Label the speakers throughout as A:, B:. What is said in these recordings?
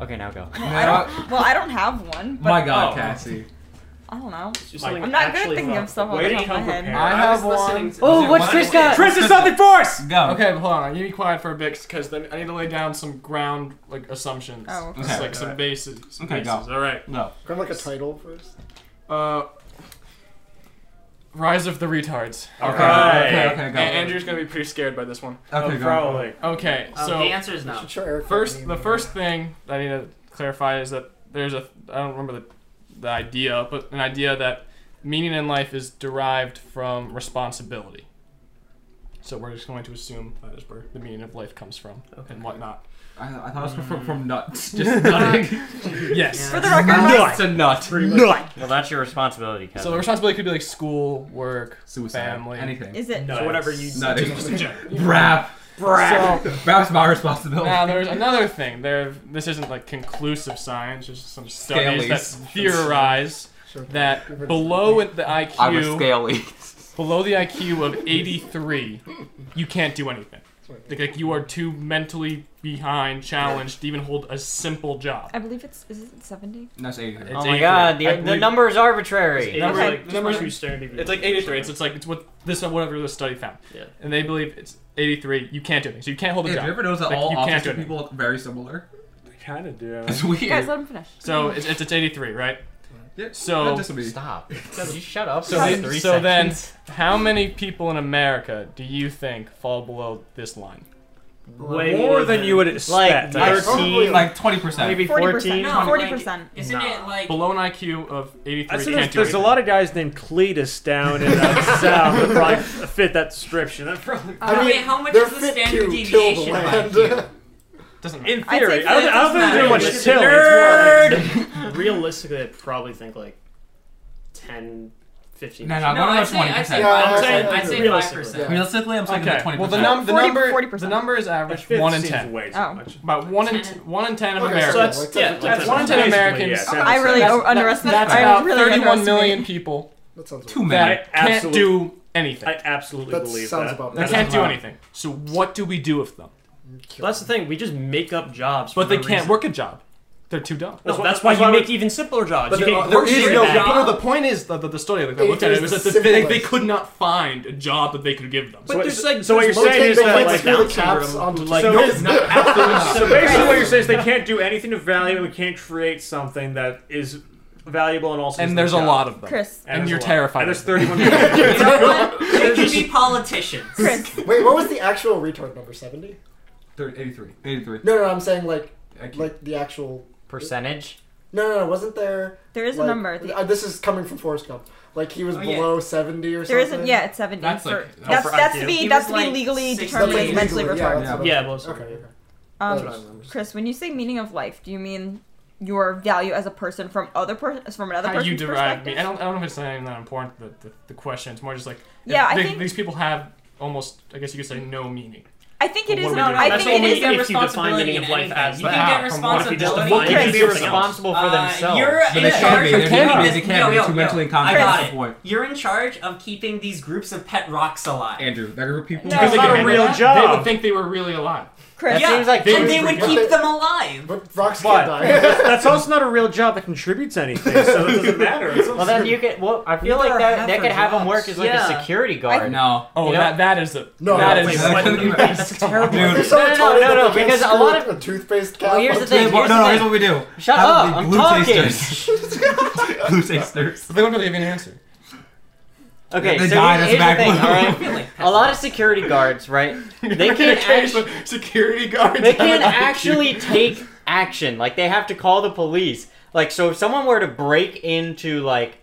A: Okay, now go.
B: I don't, well, I don't have one. But
C: My God,
D: Oh.
C: Cassie.
B: I don't know.
D: It's just
A: Mike,
D: something
B: I'm not good
D: actually
B: at thinking
D: fun.
B: of stuff off
D: Way
B: the
D: to
B: top of my
D: come
B: head.
D: prepared.
C: I
E: I
C: have
E: was listening
C: one.
E: to-
A: Oh,
E: Okay,
A: what's
E: why-
A: Chris got?
E: okay,
A: Chris is something for us.
C: Go.
E: Okay, hold on. You be quiet for a bit because then I need to lay down some ground like assumptions.
B: Oh, okay.
E: Just,
C: Okay.
E: like some
D: Alright.
E: bases. some
C: Okay, go.
E: bases. All right.
C: No.
F: Kind of like a title first.
E: Uh, Rise of the Retards.
C: Okay.
D: Alright.
C: Okay. Okay.
E: And
C: Go.
E: Andrew's gonna be pretty scared by this one.
C: okay.
D: Oh,
C: go.
D: probably.
E: Okay,
G: Um,
E: so
G: the answer is no.
F: Should show Eric
E: first,
F: name.
E: the first thing that I need to clarify is that there's a I don't remember the the idea, but an idea that meaning in life is derived from responsibility. So we're just going to assume that is where the meaning of life comes from and whatnot.
C: I, I thought it was from, from nuts. Just nutting.
E: Yes.
B: For the record, my,
C: Nuts. It's a nut.
A: Well, that's your responsibility, Kevin.
E: So the responsibility could be like school, work,
C: Suicide.
E: Family.
C: Anything.
B: is it?
D: So whatever you
C: Nutting.
D: just in general.
C: Rap.
E: so
C: Rap's my responsibility.
E: Now there's another thing. There, this isn't like conclusive science. There's some studies
C: Scalies.
E: that theorize
F: Sure.
E: that below it- the
C: I'm a
E: IQ,
C: scaly.
E: below the IQ of 83, you can't do anything. Like, like you are too mentally behind, challenged to even hold a simple job.
B: I believe it's is it 70?
C: That's 80.
A: oh
E: it's
A: my
E: 83.
A: God,
E: I
A: the, the
E: believe-
A: number is arbitrary.
D: It was
E: Numbers like-
D: like,
E: numbers-
D: numbers you stared at.
E: It's like 83. It's, it's like it's what this whatever the study found.
D: Yeah.
E: And they believe it's 83. You can't do anything. So you can't hold a
C: Hey, have
E: job.
C: you ever noticed that
E: Oh, Like,
C: all
E: you can't do
C: autistic
E: anything.
C: people look very similar?
D: kind of do.
C: It's
B: Guys,
C: weird.
B: let him finish.
E: So it's, it's, it's 83, right?
C: Yeah,
E: so-
C: that just would be-
A: Stop. Could you shut up?
E: So,
A: for
E: then,
A: three
E: so then,
A: seconds?
E: how many people in America do you think fall below this line?
D: Way
G: More than you would
D: expect.
A: Like,
D: Like
A: yes.
F: Probably,
D: 13,
C: like 20%.
D: maybe
B: 40%.
D: 14.
B: No,
G: No, like-
B: 40%.
G: Isn't
D: Nah.
G: it like
E: Below an IQ of 83,
D: I said there's,
E: can't do
D: there's a
E: anything.
D: lot of guys named Cletus down in uh, South that probably fit that description. That probably-
G: I mean, how much is the standard deviation? like?
E: Doesn't matter.
D: In
B: I'd say
D: theory, I don't, I don't think
G: Cletus
D: there's
G: is
D: much
G: not-
D: till. It's more like, realistically, I probably think like 10, 15.
C: No, no,
G: No,
C: no,
G: I'd say,
C: 20%.
G: I'd say
F: Yeah, I'd
G: five
F: say-
G: percent. I'd say five
D: realistically.
G: percent.
C: Realistically, I'm saying
E: Okay.
C: about 20%.
E: Well, the, num- the
B: 40
E: number
B: 40%.
E: the number is average
D: Fifth
E: one in
D: seems
E: ten.
D: way too
B: Oh.
D: much.
E: About one in
G: Ten.
E: one in ten of
F: Okay,
E: Americans.
D: So that's,
F: like,
D: yeah,
F: that's-
D: that's
F: that's
D: one in ten
E: basically,
D: Americans.
E: yeah,
B: I really
E: That's-
B: over underestimated.
E: That's
B: I
E: about
B: really
E: 31 million
B: underestimated.
E: people
F: That sounds
C: Too
F: right.
C: many.
D: I
E: can't
D: absolutely-
E: do anything.
D: I absolutely
F: That
D: believe
F: sounds
D: that.
F: about
E: they
F: right.
E: can't do
C: about-
E: anything. So what do we do with them?
D: That's the thing. We just make up jobs.
E: But
D: for
E: they
D: no
E: can't
D: reason.
E: work a job. They're too dumb.
D: No, that's why you make even simpler jobs.
E: But
D: You
E: there,
D: can't
E: there
D: work
E: is
D: shit
E: no,
D: back.
E: but no, the point is the, the, the study like, I looked at it,
F: It
E: it was
F: is
E: that the- they, they
F: civilized.
E: could not find a job that they could give them.
D: So
E: So
D: what-
E: it's-
D: so what you're
F: Well,
D: saying
F: take
D: is
F: the
D: that
F: place
D: like
F: where the
D: Down
F: caps
D: syndrome.
F: on-
E: like
D: so
E: no,
D: is-
E: not absolutely.
D: So basically, what you're saying is they can't do anything of value, and we can't create something that is valuable and also. is
E: and there's a
D: job.
E: lot of them.
B: Chris.
E: and
D: there's
E: you're
D: a lot. And
E: terrified
D: there's
E: of
D: 31.
E: them.
D: million.
G: You know what? They could be politicians.
B: Chris.
F: Wait, what was the actual retard number? Seventy?
C: 30, 83. 83.
F: No, no, no, I'm saying like,
C: Thank you.
F: like the actual.
A: percentage.
F: No, no, no, wasn't there?
B: There is a
F: like-
B: number. The-
F: uh, this is coming from Forrest Gump. Like he was
G: Oh, yeah.
F: below seventy or
B: There
F: something.
B: isn't. Yeah, it's 70.
C: That's
B: for,
C: like- oh,
B: that's,
D: for
B: that's to
D: IQ.
B: be
G: He
B: that's to
G: was
B: be
G: like
B: legally
G: 60.
F: That's
B: determined
F: like
B: as mentally
F: legally,
B: retarded.
C: Yeah.
D: Yeah, well,
F: Okay, okay.
B: Um,
F: That's what I remember.
B: Chris, when you say meaning of life, do you mean your value as a person from other per- from another
E: How
B: person's
E: you derive
B: perspective?
E: me? I don't, I don't know if it's not even that important. The, the, the question. It's more just like if
B: Yeah, I
E: they-
B: think-
E: these people have almost. I guess you could say no meaning.
B: I think it
E: Well,
B: is.
E: what do we do?
B: I
E: That's
B: think
D: only
B: it is.
D: if you define
G: responsibility
D: meaning
G: in
D: of life
G: anything.
D: as
G: You
D: that.
G: can
E: How?
G: get
E: From what if you just
G: responsibility.
D: define
B: it as
A: They're
G: Chris, Uh,
D: Something else.
A: responsible for themselves.
G: You're
C: But
G: in
C: they can't
G: charge
C: be.
E: They
G: of
E: can't
G: keeping
E: be.
C: They
G: this.
C: can't
G: yo,
C: be.
G: yo,
C: Too
G: yo.
C: mentally
G: I
C: incompetent
G: got
C: at this point.
G: it. You're in charge of keeping these groups of pet rocks alive.
C: Andrew, that group of people.
G: No. Because
D: they
G: not
D: could
G: a
D: handle
G: real
D: that.
E: They
D: job.
E: would think they were really alive.
B: Chris,
G: yeah,
A: seems like they
G: and they
A: would
G: would
F: forget.
G: keep them alive.
F: But rocks
D: But
F: can't die.
D: that's also not a real job that contributes anything, so it doesn't matter. It's
A: Well, then you could. Well, I feel
G: People
A: like
G: are
A: that
G: half
A: that
G: for
A: could have them
G: jobs.
A: work as like a
G: Yeah.
A: security guard.
C: No.
E: Oh,
A: You know-
E: that that is the
F: No,
E: that
F: wait,
E: is
F: what?
A: That's terrible.
C: Dude.
F: They're so
A: No, no,
F: retarded
A: no,
F: that
A: no,
F: they can't
A: because a
F: screw
A: lot
F: with a toothpaste cap.
A: Well, here's the
C: Okay,
A: thing,
C: well,
A: here's
C: no,
A: the
C: no,
A: thing.
C: here's what we do.
A: Shut
C: Have
A: up,
C: the
A: I'm
C: blue
A: talking.
C: tasters. blue tasters.
E: They wouldn't really have an answer.
A: Okay,
C: They
A: so
C: died
A: here's
C: as
A: the
C: back
A: thing,
C: blue.
A: all
G: I feel
A: right?
G: like
A: A lot of security guards, right? They can't actually.
E: security guards.
A: They can't actually take action. Like they have to call the police. Like so, if someone were to break into like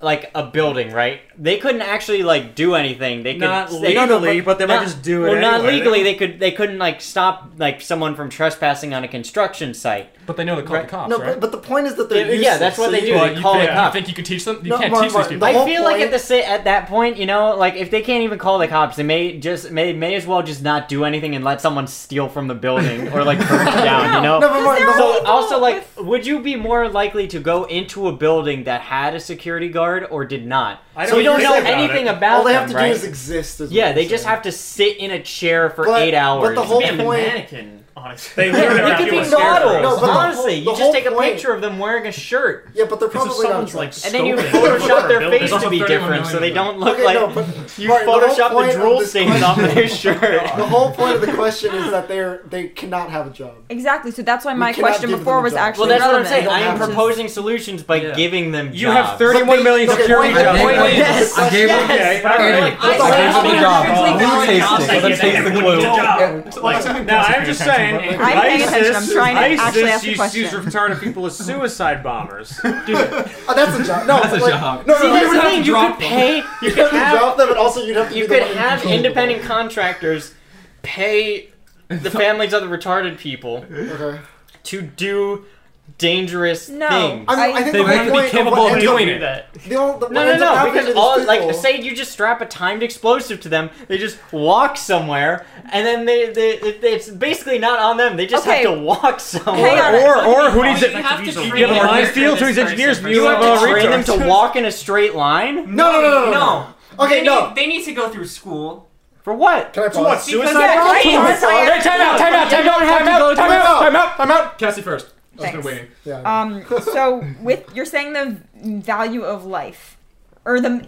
A: like a building, right? They couldn't actually like do anything. They could
D: Not
A: they could-
D: legally, but they might just do it
A: Well, not
D: anyway.
A: legally. They could. They couldn't like stop like someone from trespassing on a construction site.
E: But they know they call the cops,
F: No,
E: right?
F: but, but the point is that they're
A: Yeah,
F: useless.
A: that's what
F: so
A: they
F: you-
A: do.
E: But
A: They
E: you,
A: call the
E: think, you
A: cops.
E: think you could teach them? You
F: No,
E: can't
F: Mark,
E: teach
F: Mark,
E: these people.
F: the
A: I
F: whole
A: feel like at
F: point-
A: the sa- at that point, you know, like if they can't even call the cops, they may just may may as well just not do anything and let someone steal from the building or like burn it down, you know.
F: No, but Mark, the
B: Because
F: whole-
A: So also like
B: with-
A: would you be more likely to go into a building that had a security guard or did not?
D: I
A: so
D: don't
A: you don't know
D: think about
A: anything
D: it.
A: about
F: all they
A: them,
F: have to
A: right?
F: do is exist. Is what
A: yeah,
F: I'm
A: they just
F: saying.
A: have to sit in a chair for
F: But-
A: eight
F: but
A: hours.
F: the whole
G: be a
F: point-
G: mannequin.
D: honestly.
E: They literally
A: it
E: Yeah,
A: could
E: you
A: be
E: a
A: naughty.
E: scarecrow.
A: No,
F: No, but the
A: honestly,
F: whole- the
A: you just
F: whole
A: take a
F: point-
A: picture of them wearing a shirt,
F: Yeah, but they're
D: It's just
F: probably not
D: someone's
F: drunk.
D: like
A: and then you
D: scoping.
A: Photoshop their face to be
D: Building.
C: There's also 31
A: different, so
C: million
A: they don't look
F: Okay,
A: like
F: no,
A: you
F: but Right, the whole
A: Photoshop the,
F: point of
A: drool
F: this
A: stains off of their shirt.
F: the whole point of the question is that they're they cannot have a job.
B: Exactly. So that's why my
F: cannot
B: question
F: give them
B: before
F: a
B: was
F: job.
B: actually
A: Well, that's what I'm
B: relevant.
A: saying. I am
F: Don't have to-
A: proposing solutions by
C: Yeah.
A: giving them
E: You have
A: jobs.
E: 31 million
F: Okay,
E: security
F: wait,
E: jobs.
F: wait,
E: Wait,
F: wait,
E: wait.
F: yes.
A: I
F: gave
A: them-
E: Okay, all
D: They're
E: right.
D: like, I said
G: gave
D: I
G: them a
D: wanted
G: job.
D: a completely
G: Blue
D: valid job. I
G: tasting. Let them
D: gave them
G: taste the
D: everyone a
G: clue.
D: job. Like,
E: Now, I'm just saying,
B: I'm paying attention. I'm
E: ISIS,
B: trying to actually
E: ISIS
B: ask the
E: used to use
B: question.
E: retarded people as suicide bombers.
F: Oh, that's a job. No,
C: That's
F: but
C: a
F: like,
C: job.
F: no, no,
A: See,
F: no,
A: that's
F: you would
A: the
F: have
A: thing.
F: to
A: You
F: drop
A: could
F: them.
A: pay. You
F: You
A: could
F: have to
A: have.
F: drop them, and also you'd have to. be
A: You
F: the
A: could
F: one who
A: have
F: controlled them.
A: independent contractors pay the families of the retarded people
F: Okay.
A: to do dangerous
B: No.
A: things.
F: I, mean,
B: I-
F: I think
E: They
F: the
E: might
F: whole
E: be
F: point
E: capable
F: what
E: of
F: ends
E: doing
F: up-
E: it.
D: that.
F: The whole,
A: No,
F: the, what
A: no,
F: ends up
A: no,
F: happening
A: because
F: is
A: all
F: people-
A: like say you just strap a timed explosive to them, they just walk somewhere, and then they, they it, it's basically not on them. They just
B: Okay.
A: have to walk somewhere.
B: Hang on.
E: Or, or who
D: Oh,
E: needs
D: you
E: it?
D: have to
E: You
D: train
E: give them a
D: them.
E: minefield to these engineers, and you
A: You
E: have
A: have
E: a
A: to train them
E: retard.
A: to walk in a straight line
F: no, no, no, no,
G: No.
F: Okay,
G: they
F: no.
G: Need, they need to go through school.
A: for what?
F: Can I pause?
E: What,
G: Because-
E: suicide?
G: Yeah,
E: bombers?
F: Can I pause?
E: Hey, time out, time out, time out, time out, time out, time out, time out. Cassie first.
C: I've been waiting.
F: Yeah.
B: Um, so with you're saying the value of life, or the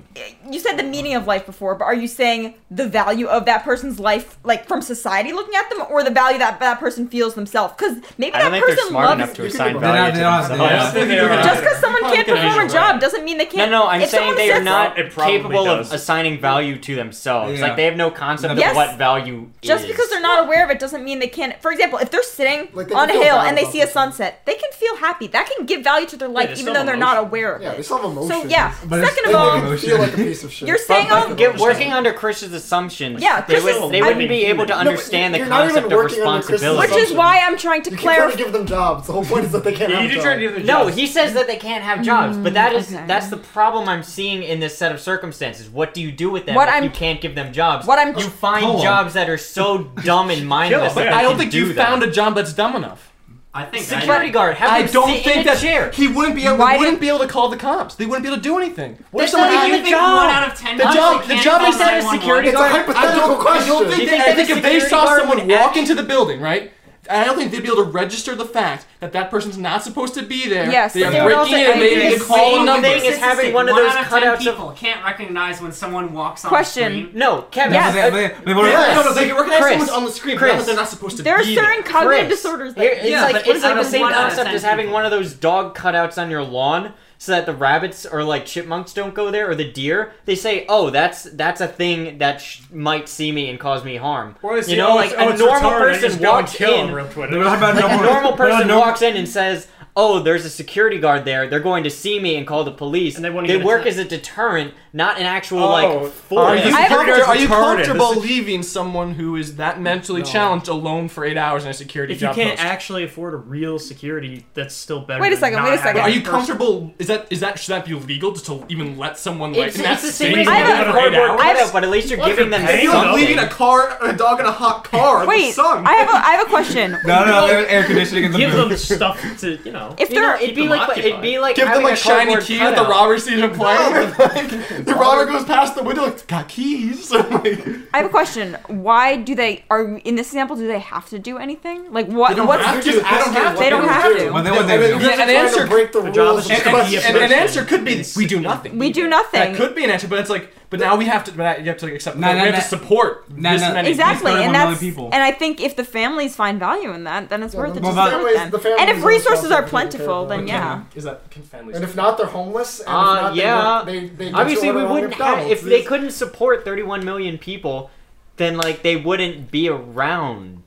B: you said the meaning of life before, but are you saying the value of that person's life, like from society looking at them, or the value that that person feels themselves? Because maybe
A: I don't
B: that
A: think they're
B: person
A: smart enough
B: loves.
A: to assign
F: They're
A: value
C: not-
A: to
C: they're not-
A: themselves.
E: Yeah.
B: Just because someone
A: Probably
B: can't
A: could have
B: perform a
A: used
B: job doesn't mean they can't.
A: No, no, I'm
B: if
A: saying
B: someone
A: they are
B: says
A: not
E: It probably
A: capable of
E: does.
A: assigning value to themselves.
C: Yeah.
A: Like they have no concept
B: Yes.
A: of what value
B: Just
A: is.
B: because they're not aware of it doesn't mean they can't. For example, if they're sitting
F: Like, they
B: on a
F: can feel
B: hill
F: bad
B: and they
F: about
B: see a
F: themselves.
B: sunset, they can feel happy. That can give value to their life,
D: there's
B: even
D: still
B: though they're not
D: emotion.
B: aware of
F: yeah, they
B: it.
F: still have emotions.
B: So yeah.
C: But it's-
B: Second
F: They
B: of all,
F: make them feel like a piece of shit.
B: you're saying
A: But
B: oh,
A: get, working under Chris's assumptions,
B: Yeah,
A: they,
B: Chris
A: would,
B: is-
A: they
B: I-
A: wouldn't be able to
F: No, but
A: understand the
F: you're not even
A: concept of
F: working under Chris's
A: responsibility.
B: Which is why I'm trying to
F: You keep trying to
B: clarify.
F: give them jobs. The whole point is that they can't
E: Yeah,
F: have
E: you
F: a
E: do
F: job.
E: try to give them
A: No,
E: jobs.
A: he says that they can't have jobs, but that is
B: Mm, okay.
A: that's the problem I'm seeing in this set of circumstances. What do you do with them
B: What
A: if
B: I'm-
A: you can't give them jobs?
B: What I'm-
A: you find
C: Hold on.
A: jobs that are so dumb and mindless that
E: I don't think you found
A: a
E: a job that's dumb enough.
G: I think
A: security guard. Have
E: I
A: them
E: don't
A: sit
E: think
A: in a
E: that-
A: chair.
E: He wouldn't be able.
B: Why
E: They wouldn't
B: did-
E: be able to call the cops. They wouldn't be able to do anything. What if
A: That's not
E: somebody?
A: even
G: you
A: a
G: think
A: job.
G: one out of ten
E: The
G: cops
E: job- the
G: can't
E: job
G: call
E: is that a
G: 911?
E: security
F: It's a hypothetical
E: I don't think,
F: question.
A: Do you
E: I
A: think
E: think
A: that
E: if they
A: security
E: saw
A: guard
E: someone
A: would
E: walk
A: act-
E: into the building, right? I don't think they'd be able to register the fact that that person's not supposed to be there.
B: Yes,
E: they
B: but
E: are
B: they would
E: breaking
B: also-
E: in and
B: I
E: they
B: think
E: need
B: the
E: to call a
A: same
E: number.
A: thing is having one of
G: One
A: those
G: out ten
A: cutouts of-
G: people can't recognize when someone walks on
B: Question.
G: the street.
A: No, Kevin.
B: Yes.
A: uh,
F: Yes.
E: No, no, they can recognize
A: Chris,
E: someone's on the screen,
A: Chris,
E: but not that they're not supposed to
B: There are
E: be there.
B: certain cognitive
A: Chris,
B: disorders
A: here-
B: that
A: it's
G: Yeah,
A: like
G: but
A: it's
G: it's
A: like the
G: out of
A: same
G: one out of
A: concept
G: ten
A: as having
G: people.
A: one of those dog cutouts on your lawn so that the rabbits or like chipmunks don't go there or the deer. They say, "Oh, that's that's a thing that sh- might see me and cause me harm."
E: Or they say,
A: you know,
E: "Oh,
A: like
E: it's- oh,
A: a
E: it's
A: normal
E: retarded," and
A: person
E: just go and
A: walks
E: kill
A: in.
E: him real quick.
A: like a normal person walks in and says, "Oh, there's a security guard there. They're going to see me and call the police."
D: And they wouldn't even
A: work
D: attack.
A: as a deterrent, not an actual
E: Oh,
A: like
E: Are
A: force.
E: you,
B: I-
E: comfort-
B: Security
E: are you
C: guard's retarded.
E: comfortable
C: This
E: leaving someone who is that mentally challenged alone for eight hours in a security
D: If you
E: job
D: can't
E: post?
D: actually afford a real security, that's still better.
B: Wait a
D: than
B: second,
D: not
B: wait a
D: having
B: second.
E: Are you
D: person.
E: comfortable? Is that is that should that be legal just to even let someone like
A: It's,
E: in that
A: it's the same
E: state
A: reason
B: I
A: you have
B: have
E: for
A: a
E: eight
A: cardboard
E: hours?
A: cutout, but at least you're giving them
E: Hey, I'm leaving
A: something.
E: a car, a dog in a hot car. in
B: Wait,
E: the sun.
B: I have a I have a question.
C: No, no, there's air conditioning in the
D: Give
C: booth.
D: them stuff to, you know.
B: If
A: You know,
B: they're
A: it'd be
D: Keep
A: like
D: them
A: it'd be like
E: give them
A: having
E: like
A: a
E: shiny
A: cardboard
E: keys. The
A: cutout.
E: robber sees him playing. like, the robber goes past the window. Like, got keys. I'm like,
B: I have a question. Why do they are in this example? Do they have to do anything? Like what? What's
E: have to.
F: Just
E: They don't
F: asking
E: have
F: what
B: to. They don't have
F: do.
B: to.
C: Well, then what
F: And
C: they do.
F: then you're
E: Yeah, an
F: trying to
E: answer-
F: break the
D: The job
F: rules
D: is
F: of
D: just
F: the
D: gonna be
F: question.
D: a-
E: and an answer could be we do nothing.
B: we do nothing.
E: That could be an answer, but it's like, but now we have to. But now you have to like, accept.
C: No,
E: we
C: no,
E: have
C: no.
E: to support
C: No,
E: this
C: no.
E: many.
B: Exactly,
C: He's better
B: and
C: than other
B: that's
C: people.
B: and I think if the families find value in that, then it's
F: Yeah,
B: worth it
F: the
B: to
C: families-
B: support them.
F: the families
B: and if
F: are
B: resources are
F: responsible for taking care
B: plentiful,
F: of
B: then
F: them.
B: yeah.
E: Is that can families?
F: And if not, they're homeless. And
A: Uh,
F: if not, they
A: yeah.
F: work- They, they,
A: Obviously,
F: get
A: we
F: someone
A: wouldn't
F: on
A: have if
F: McDonald's.
A: they couldn't support 31 million people, then like they wouldn't be around.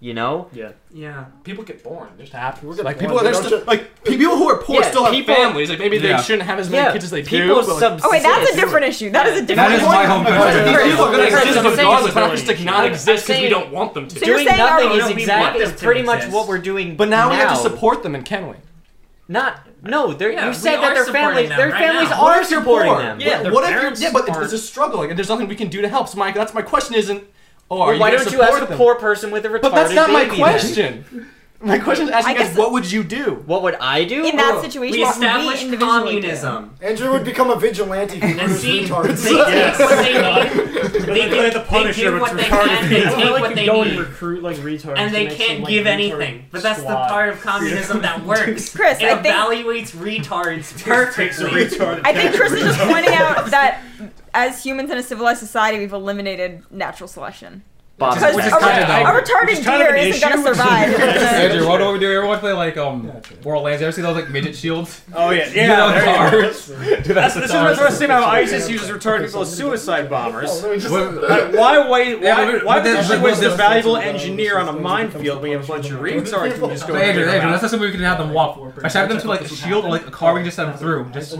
A: You know,
D: Yeah.
G: Yeah.
E: people get born, it just happens.
F: get
E: Like
F: born,
E: people,
F: they
E: are
F: don't
E: still,
F: ju-
E: like pe- people who are poor
A: Yeah,
E: still have
A: people-
E: families. Like maybe they
C: Yeah.
E: shouldn't have as many
A: yeah,
E: kids as they
A: people
E: do. but, like,
A: subsist.
B: Oh wait, that's a different issue. That is a different.
C: That is
B: issue.
C: my home
F: Chris,
E: these
C: country.
E: people are gonna
A: Chris,
E: exist
A: I'm saying
E: regardless. We're not just
D: disability.
E: like not
D: I'm-
E: exist because we
A: saying-
E: don't want them to.
B: you're
A: Doing
B: saying our-
A: nothing
D: No,
A: is
D: no, we
A: exactly
D: want
A: is
D: them to
A: pretty much
D: exist.
A: what we're doing.
E: But now we have to support them, and can we?
A: Not no. They're,
G: Yeah,
A: you
G: we
A: said that
G: are
A: their families,
G: supporting them
A: their
G: right
A: families
G: now.
A: are
E: if you're
A: supporting
E: poor?
A: them.
E: Yeah,
D: their
E: what if you're,
D: parents
E: yeah, but
D: aren't-
E: it's a struggle. Like, there's nothing we can do to help. So my that's my question. Isn't oh, are
A: Well, why
E: you gonna
A: don't you ask
E: support
A: a
E: them?
A: poor person with a retarded
E: But that's not my
A: baby then?
E: question. My question is asking
B: I
E: us,
B: guess-
E: what would you do?
A: What would I do?
B: In that situation,
G: we
B: what would we
G: established
B: individually do?
G: communism.
F: Andrew would become a vigilante for
G: And
F: murders
G: see,
F: retards.
G: they-
D: Yes.
G: they-
D: But
G: they
D: then
G: give-
D: the
G: they
D: Punisher
G: give
D: with
G: what they
D: retarded
G: can, they
D: people.
G: take
D: Like,
G: what
D: you
G: they
D: go and
G: need.
D: recruit like retards,
G: and they
D: make
G: can't
D: some, like,
G: give
D: retard
G: anything. But that's
D: squad.
G: the part of communism that works.
B: Chris,
G: it
B: I think-
G: evaluates retards
D: Takes a
G: perfectly.
D: retard and
B: I think
D: attacks
B: Chris is just
D: retard.
B: pointing out that as humans in a civilized society, we've eliminated natural selection.
A: Bob,
B: Because a,
A: Which is
B: re-
A: kind of
B: a
A: dumb.
B: retarded
E: kind of
B: deer
E: an
B: isn't going to
E: issue.
B: survive. It's
C: Andrew, why don't we do? Everyone play like um World Lands. You ever see those like midget shields?
E: Oh, yeah.
C: Do that on
E: there you go.
C: cars. Do that
E: That's,
C: on
E: this is what I was
C: cars.
E: gonna say about how ISIS uses retarded people as suicide
F: Oh,
E: bombers.
C: What-
E: Like, why why
C: Yeah,
E: why,
C: but-
E: why
C: but
E: would
C: that's-
E: she
C: but
E: waste a
C: that's-
E: valuable engineer on a minefield when you have a bunch of retards who just go
C: But Andrew,
E: figure it
C: Andrew, that's
E: out?
C: not something we can have them walk. I strap them to like a shield or like a car. We can just send them through. Just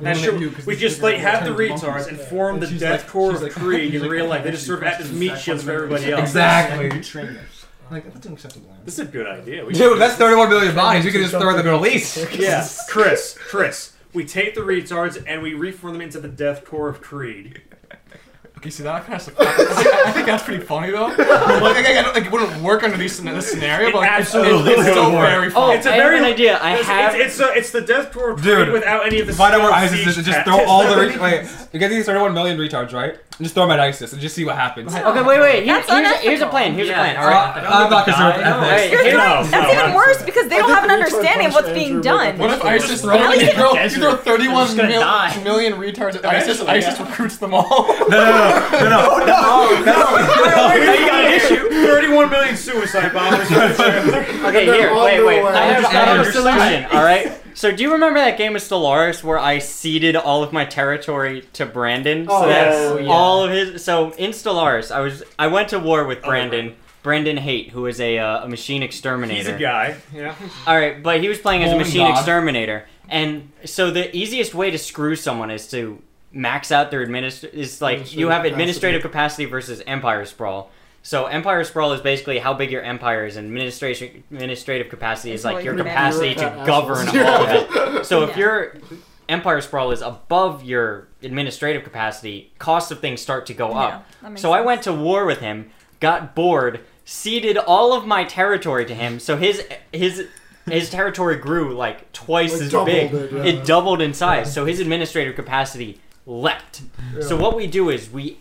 E: That's true. We just like have the retards and form the
H: And she's
E: death
H: like-
E: core
H: she's
E: of
H: like-
E: Creed
H: she's
E: in
H: like-
E: real life. They just sort of act as meat shields for everybody else.
C: Exactly. Like, that's unacceptable.
E: This is a good idea. We
C: Dude, that's 31 million bodies. We can just throw in the Middle East.
E: Yeah, Chris, Chris. We take the retards and we reform them into the death core of Creed.
H: Okay, see that kind of I think that's pretty funny though. like, I, I don't, like, it wouldn't work under these, this scenario, but like, it's-
E: absolutely
H: it's still
E: would work.
H: very
A: Oh,
H: funny.
E: It's a
A: I have
E: very-
A: an idea. I
E: It's,
A: have.
E: it's, it's, a, it's the death core of
C: Dude,
E: Creed without any of the.
C: If I know where
E: stealth
C: ISIS is,
E: siege
C: just throw
E: tactics.
C: all the re- wait. You get these 31 million retards, right? And just throw them at ISIS and just see what happens. Uh,
A: okay, wait, wait. Here,
B: That's
A: here's, a, here's a plan. Here's
G: Yeah.
A: a plan. All right.
C: I'm not concerned with
A: No,
C: ethics.
A: hey, here's-
E: No, no,
B: That's even
E: no.
B: worse because they
F: I
B: don't
F: think
B: have an
F: we tried to
B: understanding of what's
F: punish
B: being
F: Andrew,
B: done.
F: but-
H: What if ISIS
E: Throw
H: throws
E: them in
H: you
E: the
H: throw, you
E: desert.
H: throw 31
E: Just gonna
H: mil-
E: die. Oh,
H: million retards at ISIS,
E: Eventually,
H: ISIS recruits them all.
C: No, no, no, no, no, no, no,
B: Oh,
E: We got an issue. Thirty-one million suicide bombers.
A: Okay,
F: They're
A: here,
F: on
A: wait,
F: their
A: wait.
F: way.
A: I have, I
C: Understand,
A: have a solution, alright? So, do you remember that game of Stellaris where I ceded all of my territory to Brandon?
F: Oh,
A: so that
F: yes.
D: yeah.
A: all of his. So, in Stellaris, I was I went to war
F: Oh,
A: with Brandon. Brandon Haight, who is a, uh, a machine exterminator.
E: He's a guy. Yeah.
A: All right, but he was playing as a
C: Golden
A: machine
C: God.
A: exterminator, and so the easiest way to screw someone is to max out their administ is like you have administrative capacity versus empire sprawl. So empire sprawl is basically how big your empire is, and administration administrative capacity is
B: It's
A: like
B: like
A: your
B: your
A: capacity
F: manager
A: to
F: at
A: govern
F: Apple's.
A: all of it. So if
B: Yeah.
A: your empire sprawl is above your administrative capacity, costs of things start to go
B: Yeah,
A: up.
B: that makes
A: So I
B: sense.
A: went to war with him, got bored, ceded all of my territory to him. So his his his territory grew like twice
F: Like
A: as
F: doubled
A: big.
F: it, yeah.
A: doubled in size. So his administrative capacity leapt. So what we do is we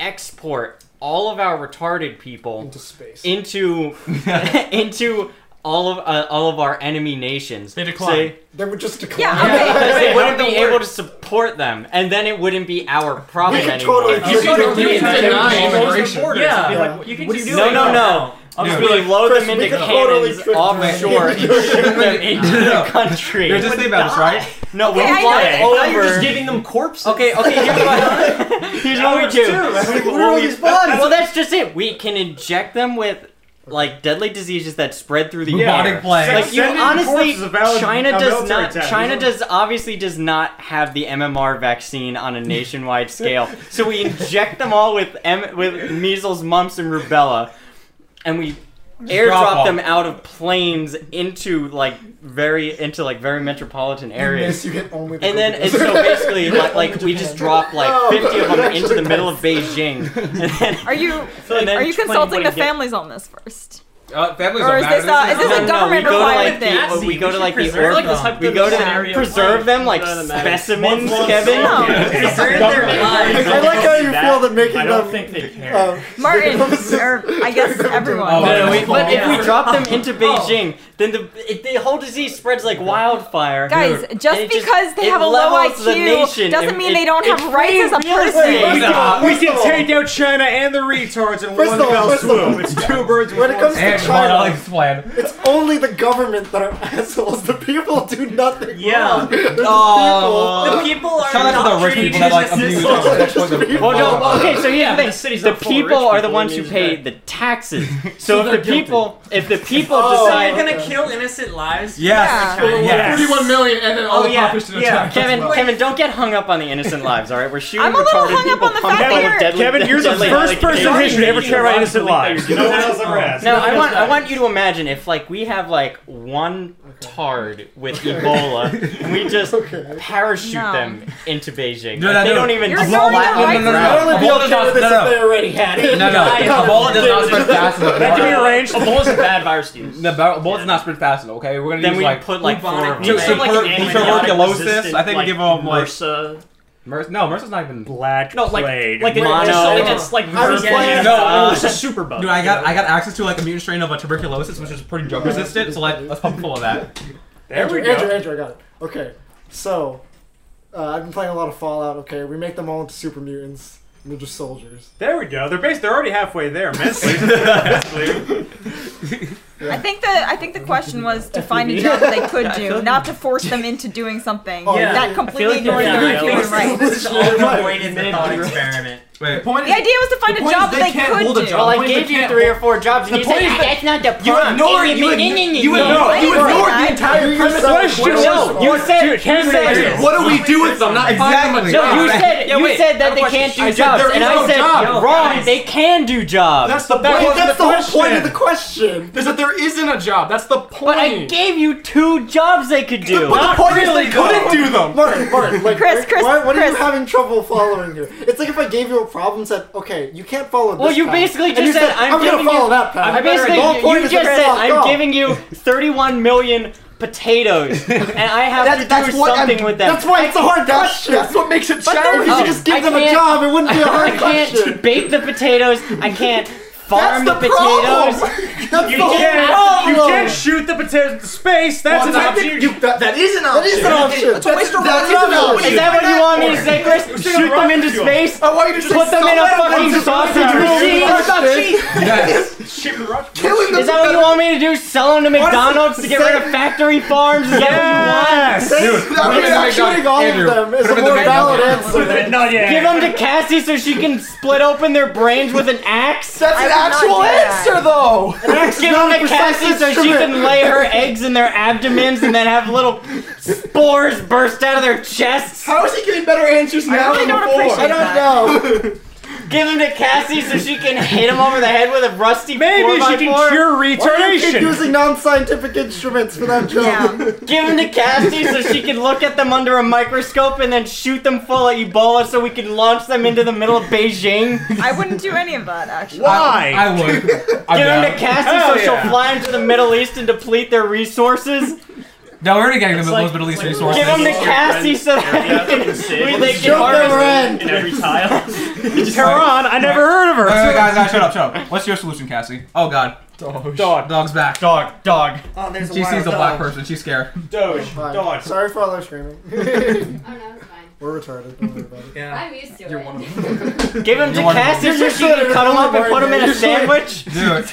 A: export all of our retarded people
F: Into space.
A: into into all of uh, all of our enemy nations.
E: They decline.
A: Say-
F: They would just decline.
B: Yeah, okay.
A: because they
E: They
A: wouldn't
E: have
A: be
E: the
A: able
E: work.
A: to support them, and then it wouldn't be our
F: We
A: problem
F: could
A: anymore.
F: totally
E: You
F: do
E: could
F: that.
E: do
F: We
E: it.
F: could
G: Yeah.
E: Be like,
G: You can
E: what
G: just
E: do
G: do
A: No,
E: you
G: it
A: no, no.
G: right now.
A: I'll just
C: Yeah.
A: be like, load
F: Chris,
A: them
F: we
A: into
F: could totally
A: cannons
F: trick
A: offshore and
F: them.
A: shoot them into the country.
C: You're just thinking about this, right?
A: no,
B: Okay, I
A: we're
B: know.
A: flying
D: Now you're
A: over.
D: just giving them corpses.
A: Okay, okay, here's what, here's what we do.
C: What are all these bodies?
A: Well, that's just it. We can inject them with like deadly diseases that spread through the
C: Bubonic
A: air.
C: plague.
A: Like you
E: Sending
A: honestly,
E: corpses of valid-
A: China
E: of
A: does
E: military
A: not.
E: attack.
A: China
E: These are-
A: does obviously does not have the MMR vaccine on a nationwide scale. So we inject them all with M- with measles, mumps, and rubella, and we
C: drop
A: airdrop
C: all.
A: them out of planes into like very into like very metropolitan areas.
F: Miss, you hit only the
A: And then
F: Google.
A: and so basically, like, like we just drop like
F: No,
A: fifty of them
F: Oh. actually,
A: into the middle of Beijing, and then
B: Are you
A: and then
B: are
A: 20
B: you consulting the
A: wouldn't get-
B: families on this first?
C: Uh, families
B: Or
C: don't
B: is
C: matter.
B: this, uh,
A: No,
B: is this
A: no,
B: a
A: no,
B: government
A: we go to like
B: required
A: the
B: thing?
A: oh, we go to like the
G: preserve
A: organ-
G: them.
A: we go to the, preserve them like
D: Doesn't matter.
A: specimens,
D: Once-
A: Kevin.
B: No.
D: It's
G: Preserve their
D: government.
G: lives.
F: I like how you
D: That-
F: feel that making
D: I don't
F: them-
D: think they care.
F: Um,
B: Martin, or I guess
C: Oh,
B: everyone.
A: No, no, we,
C: Yeah.
A: but if we
G: Yeah.
A: drop them
C: Oh.
A: into Beijing, then the it, the whole disease spreads like wildfire.
B: Guys,
A: Dude,
B: just
A: and it
B: because they
A: it
B: have a low
A: levels the
B: IQ
A: nation.
B: doesn't
A: It-
B: mean
A: it-
B: they don't
A: it
B: have rights as a
A: frees
B: person.
A: realism.
E: We can, we
F: First of
E: can
F: all-
E: take down China and the retards in
F: First
E: one
F: of all-
E: fell
F: first of all-
E: swoop. It's two birds with
F: When it
E: one
F: comes to
C: And
F: China,
C: I'll explain.
F: it's only the government that are assholes. The people do nothing
G: Yeah.
F: wrong. They're just
C: Oh.
G: The people are
C: Shout out to
G: not
C: the rich
G: treated
C: people that like
G: as
C: abuse
G: equal.
F: people.
C: us. That's what the-
A: Well, no. Okay, so here's the
D: Yeah, but
A: thing:
D: the city's
A: the
D: not full of
A: people
D: rich
A: are the
D: people,
A: ones
D: it
A: who
D: means
A: pay
D: that-
A: the taxes. So,
D: they're
A: if the
D: guilty.
A: people, if the people
F: Oh.
G: So you're
A: decide,
G: gonna kill innocent lives?
C: Yes.
G: Yeah.
C: Yes.
H: 31 million and then all
G: Oh,
H: the
G: yeah,
H: population
G: yeah.
H: attack.
A: Kevin,
G: Like-
A: Kevin, don't get hung up on the innocent lives. All right, we're shooting
B: I'm a little
A: retarded
B: hung up
A: people
B: on the
A: pumped
B: fact
A: full
B: that
A: of
B: you're-
A: deadly-
E: Kevin, you're the
A: deadly
E: first person in
A: medication.
E: history to ever care about innocent lives.
D: No one else ever asked.
A: No, I want want I want you to imagine if like we have like one tard with Ebola and we just parachute
B: No.
A: them into Beijing.
C: No,
A: Like,
C: no,
A: they
C: no.
A: don't even
B: You're
A: test
B: ignoring
A: that.
B: the right
C: no, no,
B: ground.
C: no, no, no,
G: Ebola
C: no,
G: does this if they already had it.
C: No, no,
G: Die of
C: Ebola does not spread fast enough.
A: Imagine
C: Ebola-
A: we arranged
D: Ebola's a bad virus to use.
C: No, Ebola does not spread fast enough. Okay, we're gonna
A: then
C: use
A: we
C: like
A: put like four
G: bubonic
A: of
C: to
A: them.
G: plague.
A: Like,
C: support
D: Like
C: for tuberculosis,
D: antibiotic-resistant,
C: I think we give them, like-
D: MRSA.
C: Mer- no, MRSA's not even. Dude,
I: Black
D: No, like
I: plague.
D: like
A: Mono.
D: it's something that's like
F: I was
D: versus-
F: playing-
C: No,
D: Uh,
C: it
D: it's a super bug.
C: I got I got access to like a mutant strain of a tuberculosis, which is pretty drug resistant. So like, let's pump full of that.
I: There
F: Andrew,
I: we go.
F: Andrew, Andrew, I got it. Okay, so uh, I've been playing a lot of Fallout. Okay, we make them all into super mutants. And they're just soldiers.
I: There we go. They're based. They're already halfway there. Mentally. Mentally.
B: I think the I think the question was to find a job that they could do, not to force them into doing something
F: Oh, yeah.
B: that completely
G: I feel like
B: ignores
G: they're
B: their human
G: nihilistic.
B: rights.
G: This is all avoided the thought experiment.
C: Wait,
H: point
B: The idea was to find a
H: point
B: job
H: is
B: that
H: they
B: they
H: can't
B: could
H: hold a
B: do.
H: job.
A: Well, I
H: Point
A: gave
H: they
A: you
H: can't-
A: three or four jobs, and
H: The
A: you
H: point
A: said
H: is
A: "Ah, that's not the
H: You
A: problem.
H: ignore
A: Give
H: you
A: me-
H: ignore
A: no,
H: you
A: no,
H: ignore
A: no, no.
H: you
B: I
H: ignore
B: didn't
H: the entire
F: You
H: premise.
F: said-
H: of the
F: you
H: question.
F: said-
A: No, you said you
H: Hey,
A: said
H: What do we do with them? Not find
C: Exactly.
H: them a
A: no,
H: job.
A: you said
E: Yeah,
A: you
E: wait,
A: said
E: I
A: that
E: have a
A: they
E: question.
A: can't
H: I
A: do
H: said
A: jobs,
H: there
A: and
H: is
A: I
H: no
A: said
H: job.
A: "You're
G: Yo,
A: wrong.
G: guys.
A: They can do jobs.
H: That's the
F: Wait,
H: point.
F: that's the whole point of the
H: question.
F: question.
H: Is that there isn't a job? That's the point.
A: But I gave you two jobs they could do.
H: But the point is they couldn't do them.
F: Martin, Martin, like,
B: Chris,
F: like,
B: Chris,
F: why, what are you
B: Chris.
F: having trouble following here? It's like if I gave you a problem, said, okay, you can't follow this.
A: Well, you
F: path.
A: basically
F: And
A: just
F: you
A: said, I'm
F: gonna
A: giving
F: follow
A: you-
F: that path.
A: I basically,
F: The whole point
A: you
F: is
A: just
F: to
A: said
F: fuck
A: I'm
F: off.
A: giving you 31 million potatoes, and I have
F: That-
A: to do something
F: I'm-
A: with them.
F: That's why it's a hard question.
H: That's what makes it
F: If
H: challenging.
F: you
A: Oh,
F: could just give
A: I
F: them a
A: can't-
F: job, it wouldn't be a
A: I
F: hard question.
A: can't bake the potatoes. I can't farm
F: That's
A: the,
F: the problem.
A: potatoes.
F: That's
I: You
F: the whole
I: can't,
F: problem.
I: you can't shoot the potatoes into space. That's an option.
H: You- that- that is an
F: That is an option. That's
H: That's-
F: an
H: that's an
F: option.
H: option.
A: Is that what you want me to say, Chris? Shoot them into space.
H: I want you to
A: Put them in a fucking sausage machine.
C: yes.
F: Killing
A: Is that what you want me to do? Sell them to McDonald's to get rid of factory farms? Is that what you want?
C: Dude,
F: I
C: put
F: mean,
C: it in
F: not
C: the
F: shooting
C: McDonald's.
F: all
C: Andrew,
F: of them
C: put
F: is a
C: it in the
F: more valid
C: McDonald's.
F: answer.
I: No, yeah.
A: Give them to Cassie so she can split open their brains with an axe.
F: That's
B: I would not do that.
F: though. An actual
A: Give them the cassis so she can lay her eggs in their abdomens and then have little spores burst out of their chests.
H: How is he getting better answers now
B: really
H: than
B: don't
H: before?
B: appreciate
F: I don't know.
A: Give them to Cassie so she can hit him over the head with a rusty
I: Maybe she
A: 4x4.
I: can cure
F: Why do you keep
I: retardation.
F: using non-scientific instruments for that job?
B: Yeah.
A: Give them to Cassie so she can look at them under a microscope and then shoot them full of Ebola so we can launch them into the middle of Beijing.
B: I wouldn't do any of that actually.
I: Why?
C: I would. I'm
A: Give them to
C: down.
A: Cassie so
I: Hell yeah.
A: she'll fly into the Middle East and deplete their resources.
C: No, we're already getting the
D: like-
C: most Middle East
D: like-
C: resources.
A: Give them to
D: Sure,
A: Cassie so that
D: friends.
A: we
D: Yeah.
A: can, we, they can
F: Joke never
A: harvest.
F: ends.
D: in every tile.
I: Tehran, I never heard of
C: Wait, wait, wait,
I: her.
C: guys, guys, shut up, shut up. What's your solution, Cassie? Oh God,
I: Dog,
C: dog's back.
I: dog, dog,
G: Oh, there's
C: She sees a black person. She's scared.
I: doge,
F: Fine.
I: dog.
F: Sorry for all our screaming.
J: Oh no, it's fine.
F: We're retarded. Don't worry about it.
H: Yeah.
J: I'm used to
H: You're
J: it.
H: one of
A: Give them to
C: You're one of
A: Cassie
F: them.
A: so she can cut them up and put them in a
F: You're
A: sandwich.
C: Dude,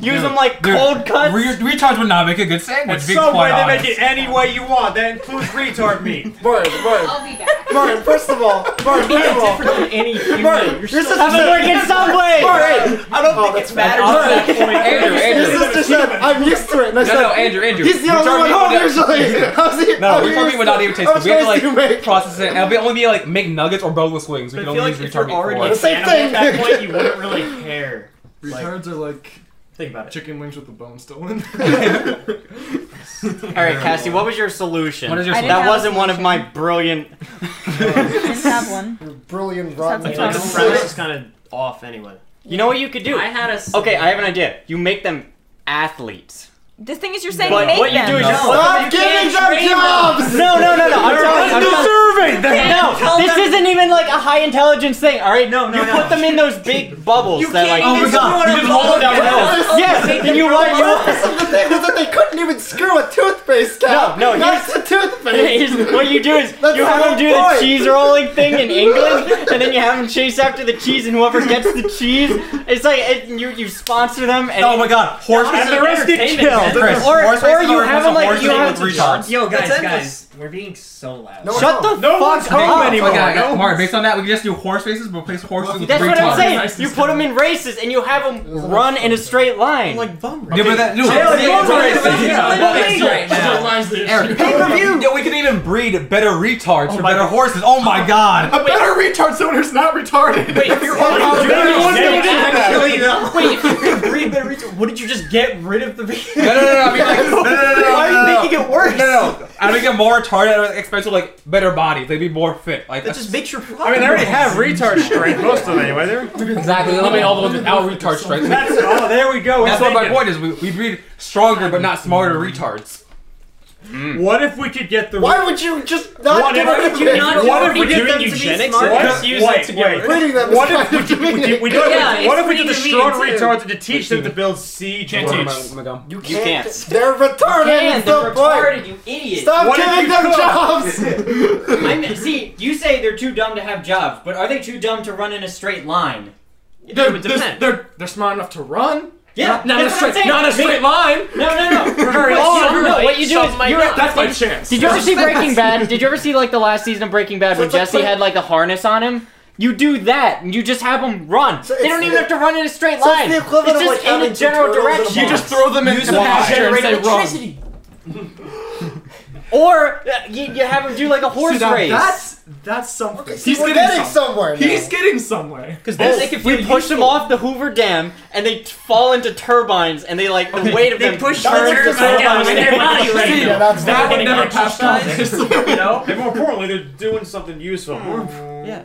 A: Use
C: Dude,
A: them like
C: dude,
A: cold cuts.
C: re- recharge would not make a good sandwich.
I: It's
C: being
I: some way
C: quite
I: they
C: honest.
I: make it any way you want. That includes retard meat.
F: Martin, Martin,
J: I'll be back.
F: Martin. First of all, Martin. First of all,
A: any
F: Martin, you're such
A: Have a freaking subway.
F: Martin. I don't think it's
A: matters
F: Martin.
C: Oh, Andrew,
F: This
C: Andrew.
F: is just that I'm used to it. And I said,
C: Andrew, Andrew.
F: He's the
C: Retard
F: only one
C: meat
F: home
C: would-
F: usually. How's he?
C: No,
F: how's he
C: retard meat would not even
F: used to-
C: taste good. We
F: How
C: have
F: much
C: to
F: do you make?
C: like process it. It'll be only be like McNuggets or boneless wings. We
D: But
C: can
D: I feel
C: only
D: like
C: use
D: if you're
C: retard meat for.
D: already
F: The
D: an
F: same
D: animal
F: thing.
D: at that point, you wouldn't really care.
H: them.
D: Like-
H: Retards are like
D: Think about it.
H: chicken wings with the bone still in.
A: All right, Cassie, what was your solution?
C: What is your
B: I didn't
A: that
B: have a
A: wasn't one of
B: solution.
A: my brilliant.
B: Didn't have one.
F: Brilliant,
D: I
F: rotten.
D: feel like the
F: idea.
D: premise is kind of off anyway.
A: You know what you could do?
G: I had a.
A: Okay, I have an idea. You make them athletes.
B: The thing is, you're saying
A: But
B: make
A: what you
B: them.
A: do is you
C: No.
A: flip them.
F: Stop giving them jobs.
A: No, no, no, no. I'm telling I'm telling-
I: Undeserving. They're-
A: No, this isn't even like a high intelligence thing. All right, no, no, you
G: no.
A: put them in those big bubbles that like.
C: Oh my God! You just roll it down the hill.
A: Yes, and you want you.
F: This is the thing was that they couldn't even screw a toothpaste cap.
A: No, no,
F: that's the toothpaste.
A: Here's- what you do is
F: That's
A: you have
F: the
A: them do
F: whole
A: the
F: point.
A: cheese rolling thing in England, and then you have them chase after the cheese, and whoever gets the cheese, it's like it, you you sponsor them. And
C: Oh my God! Horse.
I: And the rest get
G: entertainment, man.
I: killed.
C: Chris,
A: Or-
C: horse
A: or
C: races
A: you
C: are
A: have
C: just
A: them,
C: a
A: like,
C: horse
A: you
C: thing
A: have-
C: with retards.
G: Yo, guys,
F: That's
G: guys, we're being so loud.
F: No,
A: Shut the
I: No
A: fuck
I: one's
A: up!
I: home
C: Okay,
I: anymore.
C: okay,
I: No
C: Mark, based on that, we can just do horse races, but replace horses with
A: That's
C: retards.
A: what I'm
H: Nice
A: saying.
H: and
A: You put them in races, and you have them run in a straight line.
C: Yeah, but that, no,
I: Taylor,
C: it's
I: you're
C: horse
I: right.
C: racing.
I: Yeah.
C: It's
A: Well,
C: right now.
D: lines that
I: Eric,
C: Pay per view.
I: pay-per-view.
C: Yeah, we can even breed better retards for
I: my
C: better
I: God.
C: horses. Oh my god.
H: A better retard someone who's not retarded.
D: Wait, if you're already doing
C: you
D: it,
C: want to
D: yeah,
C: do that?
D: actually,
C: No.
D: Wait, if you could breed better reach, wouldn't you just get rid of the
C: No, no, no, no. I mean, like, no, no, no, no,
D: Why are you
C: no, no.
D: making it worse?
C: No, no, no. I don't get more retarded. I expect to like better bodies. They'd be more fit. Like
D: That just makes your problem.
I: I mean, they already have retard strength, most of them anyway. They're,
C: exactly. Let me all the ones without retard strength.
I: that's oh, there we go.
C: That's
I: I'm
C: what my
I: thinking.
C: point is. We, we breed stronger but not smarter retards.
I: What if we could get the
F: Why would you just not
I: What
F: give
I: if-
F: it
I: you
F: away?
I: not-
D: What if
I: Already
D: we
I: doing
D: did them to be
I: eugenics?
D: smart?
I: What?
D: Let's use
I: Wait,
D: it together.
I: wait.
F: Reading that was
I: What if
F: kind of
I: we, we,
F: demeaning.
I: we, do it
G: Yeah,
I: with- what
G: it's
I: if we did the
G: pretty
I: strong
G: demeaning, too.
I: retards to teach them to build siege?
E: Can't
I: weapons?
E: teach.
A: You
F: Can't-
A: can't.
F: They're retarded.
A: Can,
F: is the
A: they're
F: point.
A: retarded, you idiot.
F: Stop
I: What if
F: giving
I: you
F: them
I: could?
F: jobs.
A: I'm, see, you say they're too dumb to have jobs, but are they too dumb to run in a straight line?
E: They're,
D: would
E: they're,
D: depend.
E: they're, they're smart enough to run.
A: Yeah,
D: Not
A: that's
D: a
A: what I'm
D: straight,
A: saying.
D: not a straight line.
A: No, no, no.
D: Very
A: What
D: long,
A: you- Oh, no,
D: right?
A: what you do
D: Some
A: is
D: might
A: you're
D: not.
E: That's my chance.
A: Did you ever see Breaking Bad? Did you ever see like the last season of Breaking Bad when
F: It's like
A: Jesse
F: putting-
A: had like a harness on him? You do that, and you just have them run.
F: So
A: they
F: it's
A: don't even
F: the-
A: have to run in a straight
F: so it's
A: line.
F: the equivalent of,
A: just
F: like,
A: in
F: having
A: a
F: two
A: general
F: turtles in a
A: direction.
E: You just throw them into the pasture and say run.
A: Or uh, you, you have them do like a horse
H: See, now
A: race.
H: that's that's something.
F: He's
H: He's
F: we're
H: getting
F: getting
H: something.
F: somewhere. now.
H: He's getting somewhere.
D: Because
I: Oh,
A: Then they can- we push them off the Hoover Dam, and they t- fall into turbines, and they like the weight of
G: They
A: them
G: push
A: turns
G: harder
A: the
G: than
A: turbines.
G: their body right
F: yeah,
G: now.
F: that's
H: That
F: not
H: would never pass
G: exercise.
H: You know?
I: And more importantly, they're doing something useful.
A: Yeah.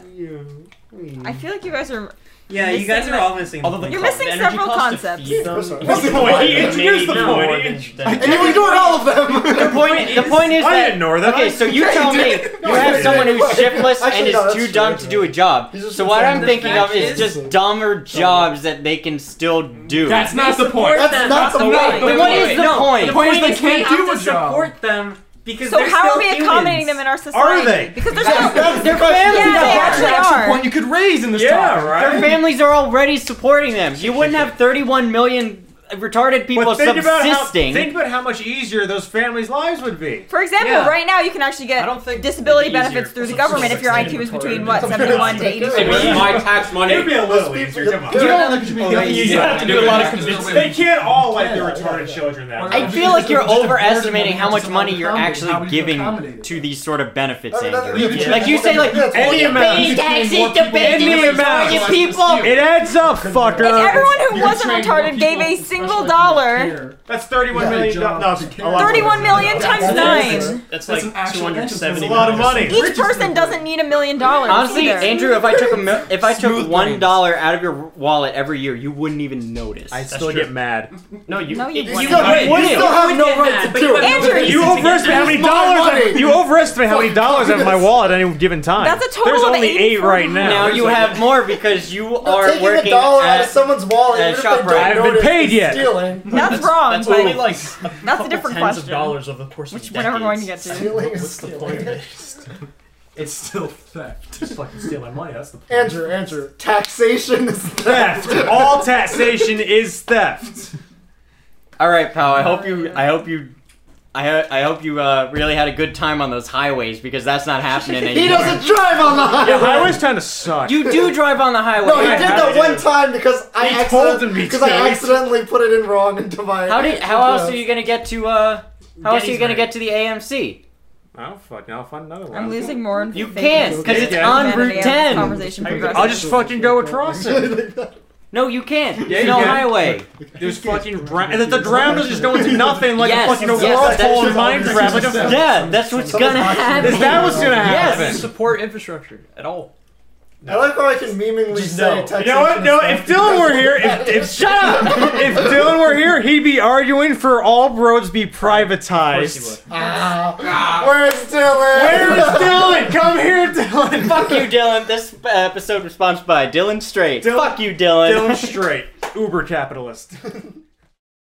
B: I feel like you guys are
G: Yeah, you guys are all missing.
A: Although the
B: You're
A: co-
B: missing
A: the energy
B: several
A: cost to
B: concepts.
A: feed them
I: That's the point. He introduced the
D: Maybe
I: point.
D: more
I: He
D: than-
I: int-
D: than-
F: And you ignored all of them.
A: The point, the point is
I: I
A: that
I: didn't know that.
A: Okay, so you tell me you have someone who's shiftless and
F: Actually, no,
A: is
F: that's
A: too
F: true,
A: dumb
F: that's
A: to do
F: right.
A: a job.
F: He's just
A: So what I'm
F: saying the
A: thinking of
G: fact
A: is
G: is-
A: just dumber jobs that they can still do.
E: That's not the point.
F: That's not the point.
A: But what is the point?
E: The point is
G: Point
E: they
G: is we
E: can't
G: have
E: do
G: to
E: a job.
G: support them because
B: So
G: they're
B: how are
G: still
B: we
G: humans.
B: accommodating them in our society?
I: they?
B: Because there's
F: That's-
B: no.
F: that's the
A: Their
F: question.
A: families
B: Yeah, they
A: are.
B: actually
E: That's the
B: are.
E: point you could raise in this
I: Yeah,
E: topic.
A: Their
I: right.
A: families are already supporting them. You wouldn't have 31 million retarded people
I: But think about, how,
A: subsisting.
I: think about how much easier those families' lives would be.
B: For example,
A: Yeah.
B: right now you can actually
A: I don't
B: get
A: think
B: disability
A: it'd be easier
B: benefits through the
D: for some
B: government if your IQ is
D: sustained
B: between
D: retarded.
B: what seventy-one to
F: It
B: eighty-four.
F: was
C: my tax money.
I: It'd be a little easier. Come on.
F: They're-
C: Oh,
I: You have to do a lot of convincing. They can't all like the
F: Yeah,
I: retarded
F: yeah.
I: children that.
A: I
C: Uh,
I: way.
A: feel like you're
H: Just a burden
A: overestimating how
H: on
A: much
H: someone
A: money
H: to
A: you're
H: accommodate. How
A: actually
H: would you
A: giving
H: accommodate it?
A: to these sort of benefits,
F: That's- that's-
A: Andrew.
F: that's-
A: Like you say, like
F: that's-
A: all
I: any
A: you
I: amount.
A: pay taxes to
I: Any
A: benefits
I: amount.
A: all you people.
I: It adds up,
B: If
I: fucker.
B: everyone who
H: You can train
B: wasn't retarded
H: more
B: gave a
H: people,
B: single
H: especially
B: dollar,
H: here.
I: That's thirty-one
F: Yeah,
I: million
H: job
I: dollars.
H: to
I: No, it's a
H: care.
I: lot more.
B: 31 million
H: That's
B: times
H: an answer.
B: nine.
D: That's
H: That's
D: like
H: an actual answer. That's
D: 270.
I: a lot of money.
B: Each person doesn't need a million dollars.
A: Honestly,
B: either.
A: Andrew, if I took a mil- if I took
C: Smooth
A: one
C: brains.
A: dollar out of your wallet every year, you wouldn't even notice.
I: I
D: That's
I: still
D: true.
I: get mad.
D: No, you.
B: No, you
D: it-
B: wouldn't.
F: You still, you still have no
G: Wouldn't
F: right
G: that,
F: to
G: but
F: do
G: you
F: it.
G: have no
B: Andrew,
G: reason
I: You
G: to get
I: overestimate how many
F: That's my
I: dollars. I,
F: money.
I: you overestimate how many dollars I have in my wallet at any given time.
B: That's a total
I: There's
B: of
I: only eight
B: 84
I: right now.
A: now you have more because you
F: You're
A: are
F: taking
A: working
F: a dollar out of
A: at
F: someone's wallet,
A: at
F: even if they
A: ShopRite.
F: don't
A: I
I: haven't been
F: notice,
I: paid
F: it's
I: yet.
F: Stealing.
B: that's wrong.
D: That's
B: but
D: only like a
B: that's
D: couple
B: a different
D: tens
B: question.
D: of dollars over the course of
B: which we're never going to get
D: decades.
B: to.
F: Stealing is
D: What's the point of
F: stealing.
D: it?
H: It's still theft.
D: Just fucking steal my money. That's the point.
F: Andrew, Andrew, taxation is
I: theft. All taxation is theft.
A: All right, pal. I hope you. I hope you. I, ho- I hope you uh, really had a good time on those highways because that's not happening anymore.
F: He doesn't drive on the
I: Yeah,
F: highway.
I: highways kind of suck.
A: You do drive on the highway.
F: No, he
A: How-
F: did
I: how
F: that
I: did
F: one
I: you-
F: time because I
I: He
F: accident-
I: told me
F: because I
I: to.
F: accidentally put it in wrong into my.
A: How did? How else are
F: Yeah.
A: you gonna get to? Uh, how else are you gonna
G: Gettysburg.
A: get to the AMC?
I: Oh fuck! Now I'll find another one.
B: I'm losing more. and
A: You
B: faith in
A: can't
B: this
A: because it's
I: Okay.
A: on Route
B: humanity as this
A: 10.
B: Conversation
I: I-
B: progresses.
I: I'll just fucking go across it.
A: No, you can't.
I: Yeah,
A: There's
I: you
A: no
I: can.
A: highway.
I: There's fucking drown. And the drown is just going to nothing like
A: Yes,
I: a fucking
A: yes, that's
I: whirlpool in
A: just-
I: Minecraft. Like a,
A: Yeah, that's what's gonna happen.
I: is that what's gonna happen?
A: Yes.
D: Support infrastructure at all.
F: I like how I can memeingly say
D: no.
F: taxation.
I: You know what? No, if Dylan were here, if, if shut up, if Dylan were here, he'd be arguing for all roads be privatized.
F: Where's Dylan?
I: Where is Dylan? Come here, Dylan.
A: Fuck you, Dylan. This uh, episode was sponsored by Dylan Straight.
I: Dylan-
A: Fuck you, Dylan.
I: Dylan Straight, uber capitalist.